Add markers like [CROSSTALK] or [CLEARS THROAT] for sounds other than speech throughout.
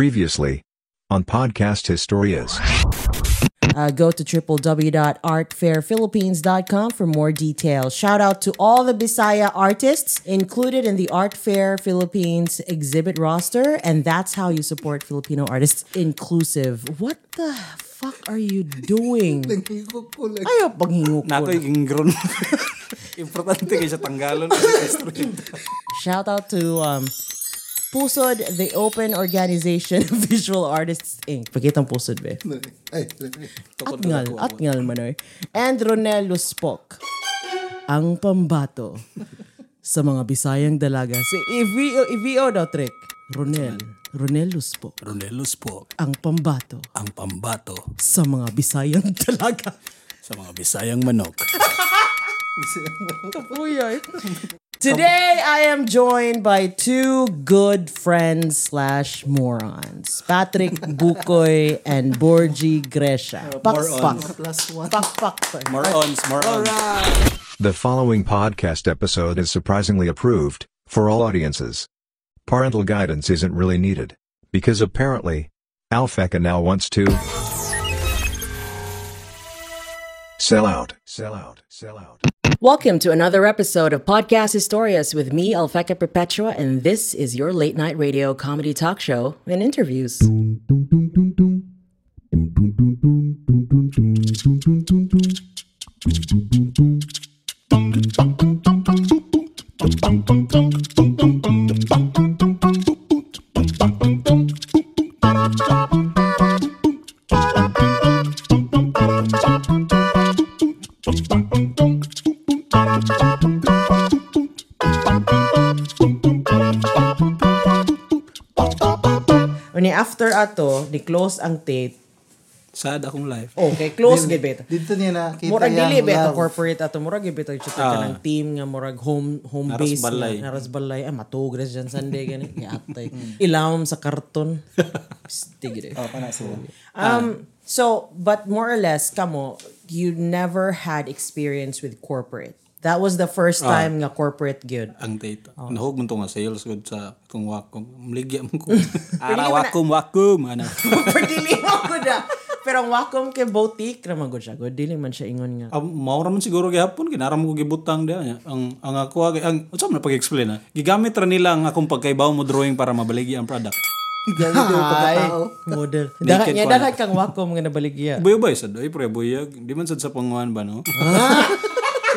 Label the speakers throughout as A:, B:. A: Previously on Podcast Historias.
B: Uh, go to www.artfairphilippines.com for more details. Shout out to all the Bisaya artists included in the Art Fair Philippines exhibit roster. And that's how you support Filipino artists inclusive. What the fuck are you doing? Ayaw paghingo ko.
C: Nato yung grown. [LAUGHS] Importante kayo sa tanggalon.
B: Shout out to um, Pusod, the open organization of Visual Artists Inc. Pakitang Pusod, be.
D: Ay,
B: At ngal, at ngal manoy. And Ronel Luspok. Ang pambato sa mga Bisayang dalaga. Si Ivio, Ivio daw, Trek. Ronel. Ronel Luspok.
C: [LAUGHS] Ronelos po
B: Ang pambato
C: ang pambato
B: sa mga Bisayang dalaga.
C: sa mga bisayang manok.
B: Uyay. Today, I am joined by two good friends slash morons.
D: [LAUGHS]
B: Patrick Bukoy and Borgi Gresha. Pakpak.
D: plus Uh, one.
B: Pakpak.
C: More ons, more ons.
A: The following podcast episode is surprisingly approved for all audiences. Parental guidance isn't really needed because apparently Alfeca now wants to sell out, sell out, sell out.
B: Welcome to another episode of Podcast Historias with me, Alfeca Perpetua, and this is your late night radio comedy talk show and interviews. O ni after ato, ni close ang tape.
C: Sad akong life.
B: Okay, close gibit.
D: Dito niya nakita
B: Murag dili
D: yung
B: ba
D: love.
B: ito corporate ato murag gibit ito ka ng team nga murag home home
C: Naras
B: base
C: Ah. balay.
B: nga naras balay ay matugres dyan Sunday gani [LAUGHS] yatay ilawom sa
C: [LAUGHS]
B: karton stigre.
D: Oh, panas sila.
C: Ah.
B: Um so but more or less kamo you never had experience with corporate. That was the first
C: Ah.
B: time nga corporate gyud. [LAUGHS]
C: Ang data. Nahog mo to nga sales ko sa itong wakom. Maligya mo [LAUGHS] ko. Ara wakom, wakom. Ano?
B: Pagdili mo ko na. Pero ang wakom kay boutique naman good siya. Good dili man siya ingon nga.
C: Ah, Maura man siguro gihapon. Kinaram ko gibutang diha niya. Ang, ang ako, ag- ang, saan na pag-explain ha? Gigamit ra nila ang akong pagkaibaw mo drawing para mabaligi ang product.
B: [LAUGHS]
D: Ay,
B: Model. Dahat
C: Naked
B: niya
C: ko na.
B: dahat kang wakom nga
C: [LAUGHS]
B: nabaligya.
C: Buyo-buyo sad. Ay, pre, buyag. Di man sad sa panguhan ba, no? Di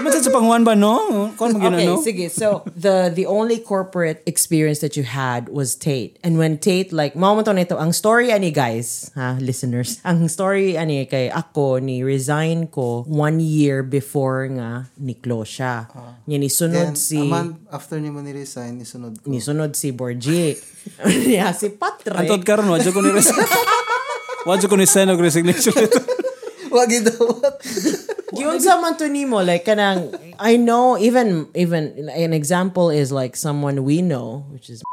C: man sad sa panguhan ba, no? [LAUGHS] Kung ano
B: Okay,
C: no?
B: sige. So the the only corporate experience that you had was Tate. And when Tate like momento nito, ang story ani guys, ha, listeners. [LAUGHS] Ang story ani kay ako ni resign ko one year before nga ni close siya. Niya ni sunod
D: Then,
B: si
D: a month after niya mo niresign, nisunod ko. [LAUGHS]
B: ni sunod si Borgie. [LAUGHS] Niya si Patrick.
C: Antod karon wadyo ko ni res. [LAUGHS] wadyo ko ni send og resignation letter.
D: Wag ito.
B: Yun sa man to nimo like kanang I know even even an example is like someone we know which is [LAUGHS]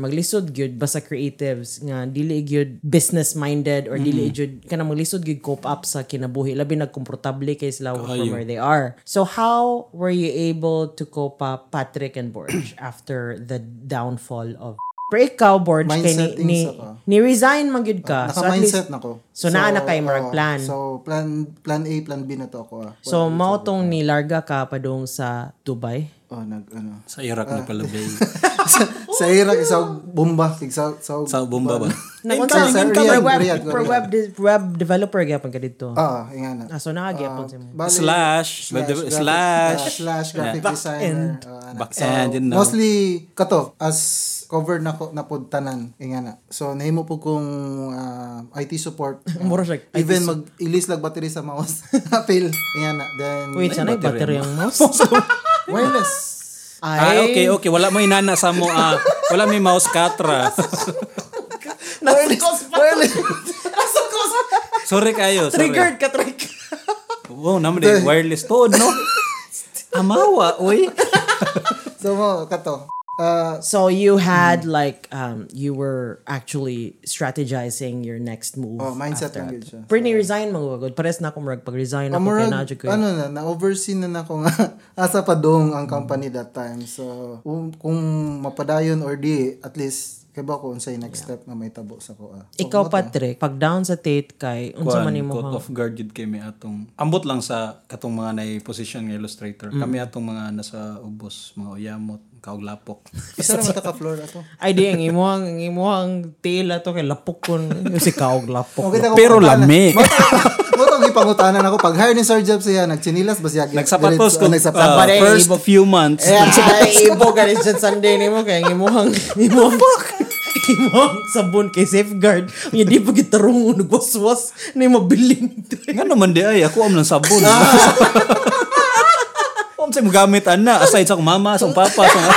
B: maglisod gyud basta creatives nga dili gyud business minded or dili
D: Mm-hmm.
B: gyud kanang maglisod gyud cope up sa kinabuhi labi na komportable kay sila from where they are. So how were you able to cope up Patrick and
D: [CLEARS THROAT]
B: Borge after the downfall of [LAUGHS] Pero ikaw, Borge, kay ni,
D: Mindset
B: ni,
D: isa ka. Ah,
B: ni resign man gyud ka. Ah, so at least,
D: Naka-mindset na ko.
B: So, naa na kayo, Mark,
D: oh,
B: plan.
D: So, plan plan A, plan B na to ako. Ah.
B: So, mao tong nilarga ka pa doon sa Dubai.
D: Oh, nag, ano.
C: Sa Iraq na pala ba?
D: sa, sa Iraq, sa bomba. Sa, sa,
C: Sa bomba ba?
B: Nakunsa
D: Sa
B: sa
D: Riyadh,
B: ka per web,
D: Riyadh,
B: per
D: Riyadh.
B: web, de- web developer gyapon ka dito.
D: Ah, ingana.
B: Ah, so nakagyapon si mo.
D: Bali-
C: Slash,
D: graphic-
C: slash,
D: ah, slash graphic designer. Oh, ana.
C: Back end,
D: So,
C: yun na.
D: Mostly, kato, as cover na ko na pod tanan Inga na. So, nahimo po kong ah, IT support.
B: Mura siya, IT
D: Even mag-ilis lag battery sa mouse. [LAUGHS] Fail. Inga na. Then,
B: Wait, sana battery ang
D: [LAUGHS]
B: mouse.
D: wireless.
C: Ah, okay,
D: oh.
C: okay. Wala mo inana sa mo. Ah, wala may mouse katra.
B: Nasukos pa.
D: wireless.
B: Nasukos.
C: Sorry kayo. Sorry.
B: Triggered ka, trick.
C: Wow, naman din. Wireless to, no? Amawa, oy.
D: so, mo, kato. Ah,
B: Uh, So you had like um you were actually strategizing your next move.
D: oh, mindset
B: after
D: lang
B: that.
D: yun siya.
B: Pretty resign mga gagod. Pares na ako murag pag resign ako kay
D: Amorag,
B: Nadjo ko. eh.
D: ano na, na-oversee na na ko nga. [LAUGHS]
B: Mm.
D: um, Asa pa dong ang company that time. So, kung, kung mapadayon or di, at least Kaya ba ko unsay next step nga may tabo sa ko ah.
B: Ikaw, Patrick, pag down sa Tate kay, unsa man
C: Kuan,
B: imo
C: caught off guard yun kay may atong ambot lang sa katong mga nay position nga illustrator. Kami atong mga nasa ubos, mga uyamot, [LAUGHS] kauglapok.
D: Isa ra man ta ka floor ato.
B: Ay, di, ang imuhang, ang imuhang tila to kay lapok kon. Yung si Kaog lapok.
D: Okay, ako
C: Oh, Pero
D: pangutana. [LAUGHS]
C: lami.
D: Mo to- mo to gipangutanan ako pag hire ni Sir Jeff siya nagchinilas ba siya? ah,
C: Nagsapatos ko.
D: Nagsapatos.
C: uh, first few months.
B: Eh, ay, ibo ka rin dyan Sunday ni mo kay ang imuhang, imuhang, imuhang sabon kay safeguard. Yung di pa gitarong nagwaswas na yung mabilin.
C: Nga naman di ay, ako am ng sabon. [LAUGHS] Om sa magamit ana, aside sa akong mama, sa akong papa, sa [LAUGHS]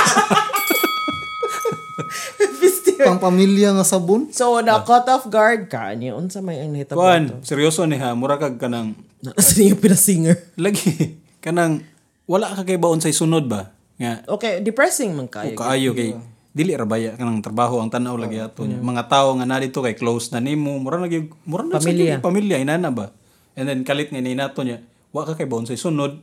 D: pang pamilya nga sabon.
B: so, na caught off guard ka. Ano unsa may ang nahitabo
C: Kuan, seryoso ni ha, mura kag kanang
B: Nasa niya pinasinger.
C: lagi kanang wala ka kay baon sa sunod ba? Nga
B: Okay, depressing man kayo.
C: kaayo kay dili ra baya kanang trabaho ang tanaw lagi ato. niya. Mga tao nga nadito kay close na nimo, mura na gyud mura na sa
B: Pamilya.
C: gyud pamilya inana ba. And then kalit nga ninato niya, wa ka kay baon sa sunod.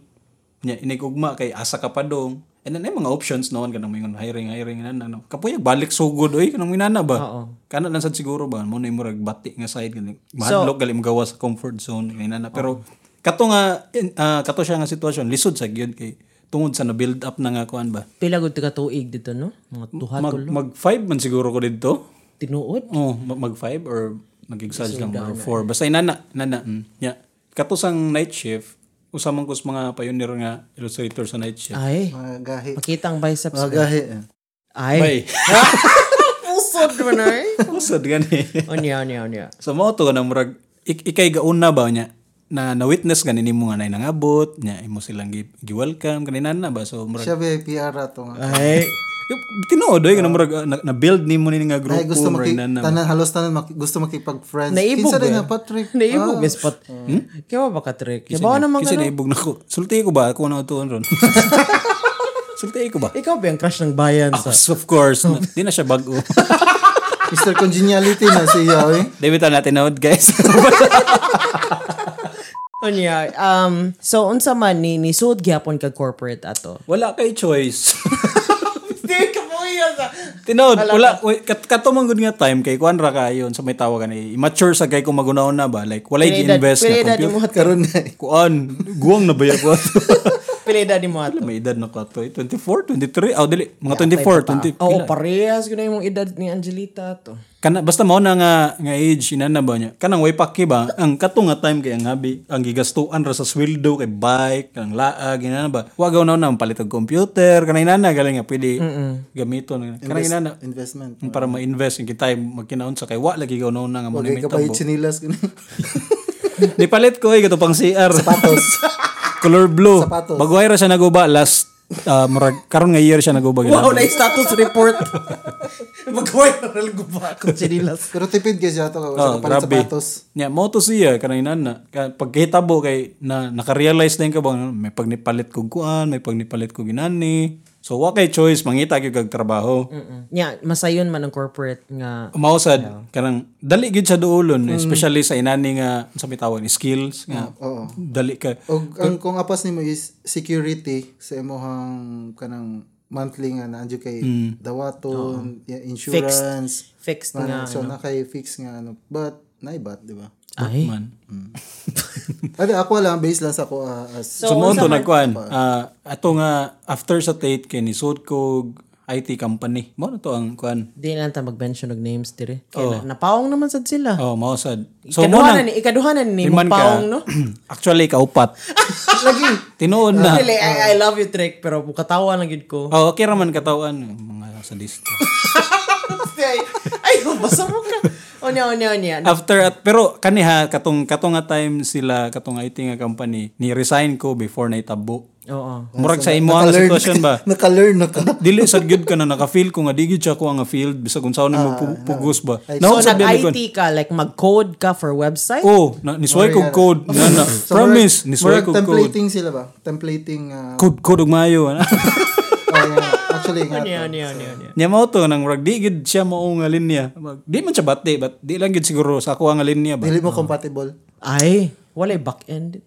C: Nya inigugma kay asa ka pa dong. And then ay mga options noon kanang mingon hiring hiring inana no. Kapuyag balik sugod oy kanang inana ba. Kana lang sad siguro ba mo na imurag bati nga side kanang mahadlok galim gawa sa comfort zone inana pero kato nga in- ah, kato siya nga sitwasyon lisod sa gyud kay tungod sa na build up na nga kuan ba.
B: Pila gud ka tuig dito, no? Mga duha
C: Mag, mag five man siguro ko dito.
B: tinuod.
C: Oh, mag, mag five or nag-exage lang or four.
D: eh.
C: Basta inana, nana. Mm. Yeah. Katusang night shift, usamang kus mga pioneer nga illustrator sa night shift.
B: Ay,
D: Mga gahi.
B: makita ang biceps.
D: Mga gahi.
C: eh.
B: Ay,
C: Bay, [LAUGHS]
B: pusod mo na eh.
C: usad gani.
B: Onya, onya, onya.
C: So mao to na murag ik- ikay gauna ba niya na na witness ganin mo nga nay nangabot, nya imo silang gi, welcome kanina na ba. So murag
D: Siya ba PR ato
C: Ah,
D: nga.
C: [LAUGHS]
B: Ay,
C: tinuod oy nga na murag ah, na, na build nimo ni nga grupo
D: Ay gusto
C: murag
D: maki
C: na- na-
D: tanan halos tanan maki, gusto makipag-friends.
B: Naibog
D: Kinsa rin
B: eh.
D: nga Patrick.
B: naibog ah. spot. Kaya ba ba ka trick? Kaya ba ako naman
C: Kasi
B: ka
C: naibog na ko. Sulti ko ba? Ako na utuan [LAUGHS] ron. Sulti ko ba?
B: Ikaw ba yung crush ng bayan [LAUGHS] sa...
C: Yes, of course. na- Di na siya bago. [LAUGHS]
D: Mr. Congeniality na siya eh.
C: Debitan natin na guys.
B: Onya, um, so unsa man ni ni sud gyapon ka corporate
D: [LAUGHS]
B: ato.
C: [LAUGHS] wala kay choice.
B: Di ka mo iya sa.
C: [LAUGHS] Tinood, wala, wala kat, katumang gud nga time kay kuan ra kayon sa may tawag ni immature sa kay kung magunaon na ba like walay gi-invest
B: Pilida
C: na
B: ni mo
C: computer.
D: Karon
B: [LAUGHS]
D: na eh.
C: Kuan, guwang na ba ya ko ato?
B: Pilida ni mo ato.
C: [LAUGHS] may edad na ko ato. eh. 24, 23, oh dili, mga 24, 20.
B: Oo, parehas gud na imong edad ni Angelita ato.
C: Kana basta mao na nga nga age ina na ba niya. Kanang way paki ba ang kato nga time kay ang habi ang gigastuan ra sa sweldo kay bike, kanang laag ina na ba. Wa gaw na na palitag computer kanay na galing nga pwede gamiton. Kanay na na
D: Investment. Ah.
C: para ma-invest yung kitay magkinaon sa kay wa lagi gaw na nga mo ni
D: Okay, kapay chinilas ko
C: Ni palit ko ay gato pang CR.
D: Patos.
C: [LAUGHS] Color blue.
D: Sapatos.
C: Baguhay ra siya naguba last ah, murag karon nga year siya naguba.
B: Wow, na status
D: [LAUGHS]
B: report. Magkaway na nalgo ba ako chinilas.
D: [LAUGHS] Pero tipid kaya siya ito.
C: Oh,
D: Sa kapalit
C: grabe.
D: sapatos.
C: Nya, mo to siya, kanang na. Pagkitabo kay, na, nakarealize na yun ka ba, may pagnipalit kong kuan, may pagnipalit kong ginani. So, wa kay choice, mangita kayo kag trabaho.
B: Mm. Nya, masayon man ang corporate nga
C: Mausad, kanang, dali gid siya doolon, especially sa inani nga, sa may tawag, ni skills, nga,
D: Oo.
C: dali ka.
D: O ang kung apas nimo is security sa imong kanang monthly nga na kay
C: Mm.
D: dawaton, ya- insurance,
B: fixed
D: man,
B: nga.
D: so na kay fix nga ano. But naibat, di ba? [LAUGHS]
B: Ay.
C: Man.
D: Ate ako lang base lang sa ko ah, as
C: So, mo to nagkuan. ah, ato nga, after sa Tate, kay ni kog IT company. Mo na to ang kuan.
B: Di na ta mag-mention og names dire. Kaya na, napawong naman sad sila.
C: Oh, mausad. So, mo
B: Ikaduhanan
C: na,
B: ni ikaduhanan ni mong
C: iman
B: paong no.
C: ka, [CLEARS THROAT] actually, kaupat.
D: [LAUGHS] lagi.
C: Tinuod na.
B: Really, I, I love you, Trick, pero katawa lang yun [LAUGHS] ko.
C: nah. Oh, okay raman katawan mga sadista.
B: ay, ay, basa mo ka. Onya, onya, onya.
C: After at pero kan kaniha katong katong nga time sila katong IT nga company ni resign ko before na itabo.
B: Oo.
C: Murag sa imo ang sitwasyon ba?
D: [LAUGHS] Naka-learn na ka.
C: Dili sad gyud ka na naka-feel ko nga digid siya ko nga field bisag unsaon na
D: Ah,
C: mo pu- pugos ba.
B: So,
C: Naon sad gyud
B: nag-IT ka, like mag-code ka for website?
C: Oh, na, nisway ko code
D: ah.
C: na
D: [LAUGHS]
C: na. Promise, nisway
D: Murag
C: ko code.
D: templating sila ba? Templating ah,
C: Code code ug maayo. [LAUGHS] ana.
D: oh, yan. actually nga.
B: Onya,
D: to.
B: onya, onya, onya.
C: Nya mao to nang murag di gid siya mao nga linya. Mag- Di man siya bati but di lang gid siguro sa ako nga linya ba.
D: Dili mo compatible. [LAUGHS]
B: Ay, walay back-end.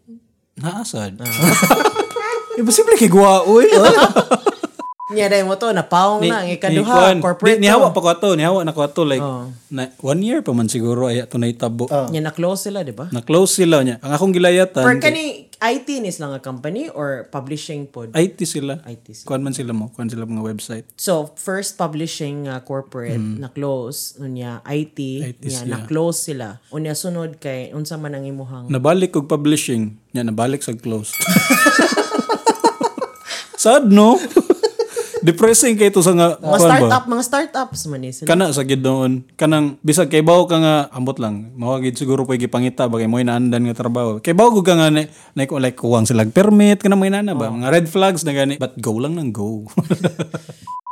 B: Ah.
C: [LAUGHS] Ya, Naasad. Imposible kay guwa, uy.
B: Niya dahil mo to, napaong na, ang
C: kuwan.
B: ikaduha, kan corporate Oh.
C: Ni,
B: to.
C: nihawa pa ko ato, nihawa na ko ato. Like,
B: Oo.
C: na, one year pa man siguro, ay ato na itabo.
D: Ah.
B: Niya na-close sila, di ba?
C: Na-close sila niya. Ang akong gilayatan,
B: Or kani, IT is lang a company or publishing pod?
C: IT sila.
B: IT sila.
C: Kuan man sila mo, kuan sila mga website.
B: So, first publishing nga corporate
C: Hmm.
B: na-close, unya IT,
C: is,
B: niya, na-close sila. Unya sunod kay, unsa man ang imuhang.
C: Nabalik kog publishing, niya nabalik sa
B: [LAUGHS]
C: close. Sad
B: [LAUGHS]
C: no? Depressing kay to sa
B: Mga
C: nga kuwan ba?
B: startup, mga startups man eh. Sila.
C: kana sa gid doon kanang bisag kay bawo ka nga ambot lang mao gid siguro pay gipangita bagay mo inaandan nga trabaho kay bawo gud ka nga na, like like kuwang silag permit kana may nana
D: Oh.
C: ba mga red flags na gani but go lang nang
D: [LAUGHS]
C: go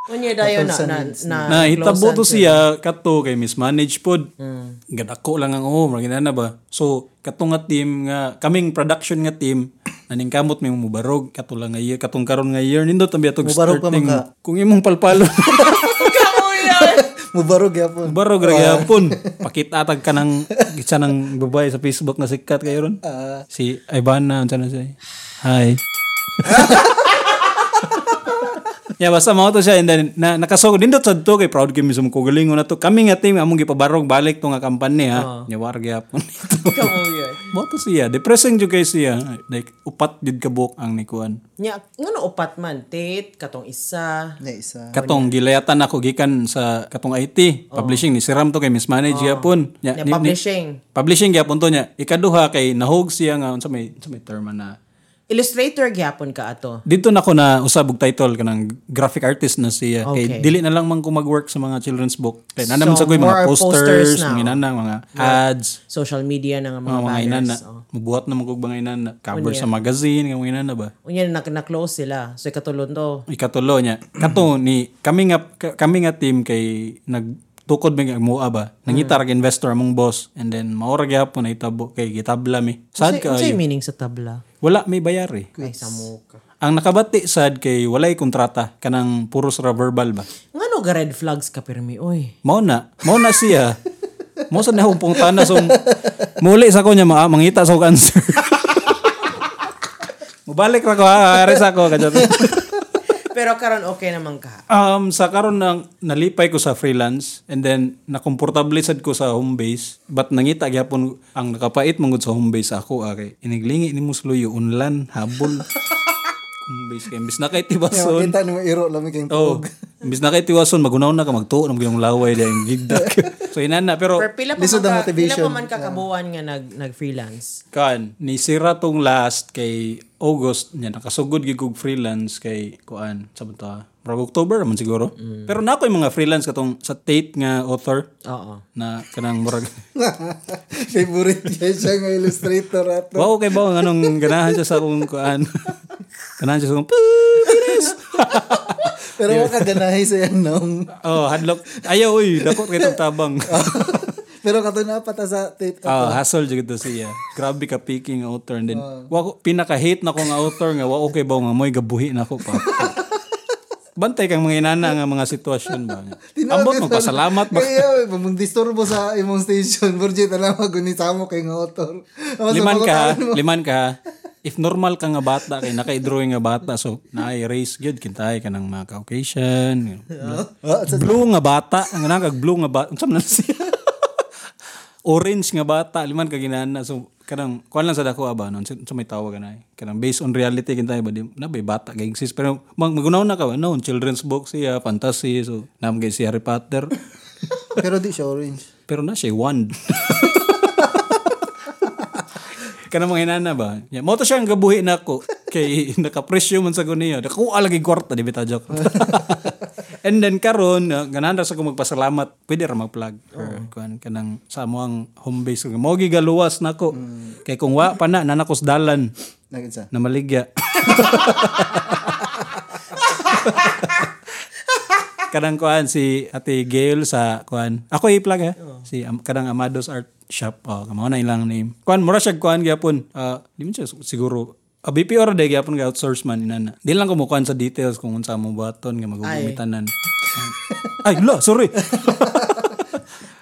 B: Unya dayon na,
D: Tapos
B: na, na,
C: na
B: close
C: hitabo to Nah, siya kato kay mismanage pod
D: Hmm.
C: gad ako lang ang oh mga ginana ba so kato nga team nga kaming production nga team naning kamot may mubarog kato lang nga year katong karon nga year nindot ang biatog
D: Mubarog pa
C: starting
D: man ka.
C: kung imong palpalo [LAUGHS]
D: Mubarog yapon.
C: Baro gyapon. Pakita tag ka ng isa ng babae sa Facebook na sikat kayo ron. si Ivana unsa na siya. Hi. yeah, basta mao to siya and then na, nakasugod din sa to kay proud kami sa mga kugalingon na to. Kami nga team among gipabarog balik to nga company ha. Nyawar gyapon ito.
B: Kamuya.
C: Mao to siya. ya, Depressing jud kay siya. Like upat jud kabuk ang nikuan.
B: Nya, ngano upat man, tate, katong isa.
D: Na isa.
C: Katong gilayatan ako gikan sa katong IT publishing ni Siram to kay mismanage gyapon. Nya-
B: Nya,
C: Ya, ni- ni-
B: Ya, publishing.
C: Publishing gyapon to niya. Ikaduha kay nahog siya nga unsa may unsa may term na
B: Illustrator gyapon ka ato.
C: dito na ko na usab og title kanang graphic artist na siya
B: Okay.
C: kay dili na lang man ko mag-work sa mga children's book. Kay na naman
B: So,
C: sa ko'y
B: more
C: mga
B: posters
C: posters,
B: na.
C: mga inana, mga ads,
B: Social media ng mga
C: mga, mga inana.
B: banners. Oh.
C: Mubuhat na mga mga inana. Cover sa magazine, nga mga inana ba.
B: Unya na na-close sila. So ikatulon to.
C: Ikatulo niya.
B: Mm-hmm.
C: Kato ni kami nga ka- kami nga team kay nagtukod mi mua ba.
B: Mm.
C: Nangita ra kay investor among boss and then maura gyapon na itabo kay gitabla mi. Sad ka
B: Ano
C: ay.
B: yung meaning sa tabla?
C: Wala may bayari.
B: Ay, sa muka.
C: Ang nakabati sad kay walay kontrata kanang puros ra verbal ba.
B: Ngano ga red flags ka pirmi? Oy. [LAUGHS]
C: Mao na, mao na siya. Mao sa nahumpong tanas so muli sa ko niya ma mangita sa kong answer. [LAUGHS] Mubalik ra ko ha, aris ako kadto.
B: Pero karon okay naman ka.
C: [LAUGHS] Um, sa karon nang nalipay ko sa freelance and then nakomportable sad ko sa home base but nangita gyapon ang nakapait mangud sa home base ako okay iniglingi ni musluyo unlan habol [LAUGHS] home base kay imbis na kay tibason
D: Kita nung iro lamig kayong
C: Oh. [LAUGHS] Imbis na kay tiwason, magunaw na ka, magtuo na yung laway dahil yung gigdak. so inana, pero
B: Pero pila pa
D: Lisod
B: man ka- pila pa
D: ang motivation.
B: man kakabuan nga nag, nag-freelance.
C: kan, nisira tong last kay August, niya nakasugod gig og freelance kay kuan, sa ta, Murag October man siguro. Pero na ako yung mga freelance katong sa Tate nga author
B: Oo.
C: na kanang murag
D: [LAUGHS] Favorite niya siya nga illustrator ato.
C: Wow, kay ba anong ganahan siya sa akong kuan. [LAUGHS] ganahan siya sa akong [LAUGHS]
D: Pero makaganahay sa yan nung.
C: Oh, hadlock. Ayaw, uy, dako kay tong tabang.
D: Pero katunapa ta sa tape.
C: Ah, hassle jud to siya. Grabe ka picking author and then wa ko- pinaka-hate na ko nga author nga wa okay ba nga moy gabuhi na ko pa. Bantay kang mga inana nga mga sitwasyon ba. Ambot mo pasalamat ba.
D: [LAUGHS] Kaya, pamang disturbo sa imong station. Virgin, alam mo, gunisamo kay nga author. Ama, sa
C: Liman ka, ha?
D: pagkataon mo.
C: liman ka. ha? If normal ka nga bata kay naka-drawing nga bata so na-erase gyud kintay ka ng mga Caucasian.
D: [LAUGHS] Ah, sa-
C: Blue nga bata, ang nagag blue nga bata. Unsa man na siya? [LAUGHS] Orange nga bata, liman ka ginana. So kanang kuan lang sa dako aba noon sa may tawag na eh. kanang based on reality kintay ba di na bay bata kay exist pero mag magunaw na ka ba noon children's book siya fantasy so nam kay si Harry Potter
D: [LAUGHS] Pero di siya orange.
C: pero na siya wand kanang mga inana ba yeah, mo to siya ang gabuhi na ako kay nakapresyo man sa guniyo nakuha lagi kwarta di bita joke and then karon uh, ganahan ra sa ko magpasalamat pwede ra mag-plug or kuan kanang sa mo ang home base mo gigaluwas nako kay kung wa pa na nanakos dalan
D: Nagin sa.
C: na maligya kanang kuan si Ate Gail sa kuan. Ako i-plug ha. Si am- kanang Amados Art Shop. Oh, kamao na ilang name. Kuan mura siya kuan gyapon. Ah, di man siya su- siguro Ah, A BP or day gyapon ga outsource man inana. Di lang ko mukuan sa details kung unsa mo baton nga magugumitanan. Ay, lo, sorry.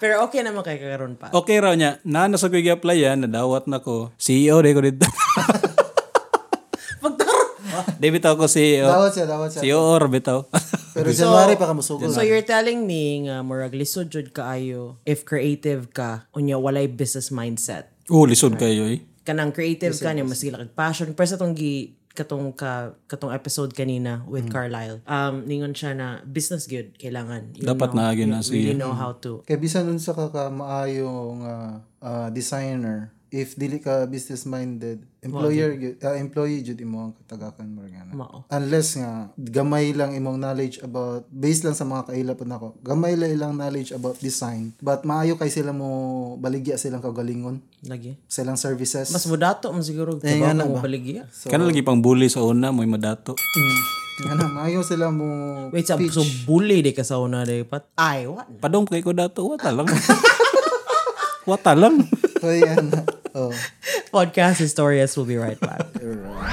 B: Pero okay naman kay karon pa.
C: Okay raw niya. Na nasa ko ah. E i-apply yan, nadawat na ko. CEO day ko dito.
B: Pagtaro.
C: Di bitaw ko E si
D: Dawat siya, dawat siya.
C: si Or
D: [LAUGHS]
C: bitaw.
D: Pero January pa ka musugod.
B: So you're telling me nga murag lisod jud kaayo if creative ka unya walay business mindset.
C: oh, lisod kayo eh.
B: Kanang creative ka niya mas gila kag passion pero sa tong gi katong ka katong episode kanina with Carlisle. Um ningon siya na business good kailangan. You
C: Dapat
B: know,
C: na agin
B: you
C: na siya.
B: Really know how to.
D: Kaya bisan nun sa ka maayong designer, if dili ka business minded, employer gyud- ah, employee jud imo ang katagakan mo nga.
B: Mao.
D: Unless nga gamay lang imong knowledge about based lang sa mga kaila po nako. Gamay lang ilang knowledge about design, but maayo kay sila mo baligya silang kagalingon,
B: Lagi.
D: silang services.
B: Mas mudato man siguro
D: Eh,
B: kay
D: nga na
B: mo
D: ba?
B: baligya.
D: so,
C: Kana lagi pang bully sa una, mo'y madato.
D: nga na, Ano, maayo sila mo
B: Wait, sa, so bully di ka sa una di pat. Ay, what?
C: Padong kay ko dato, wata lang. wata lang.
D: Kaya na. [LAUGHS] Oh.
B: Podcast Historias will be right back.
D: Alright.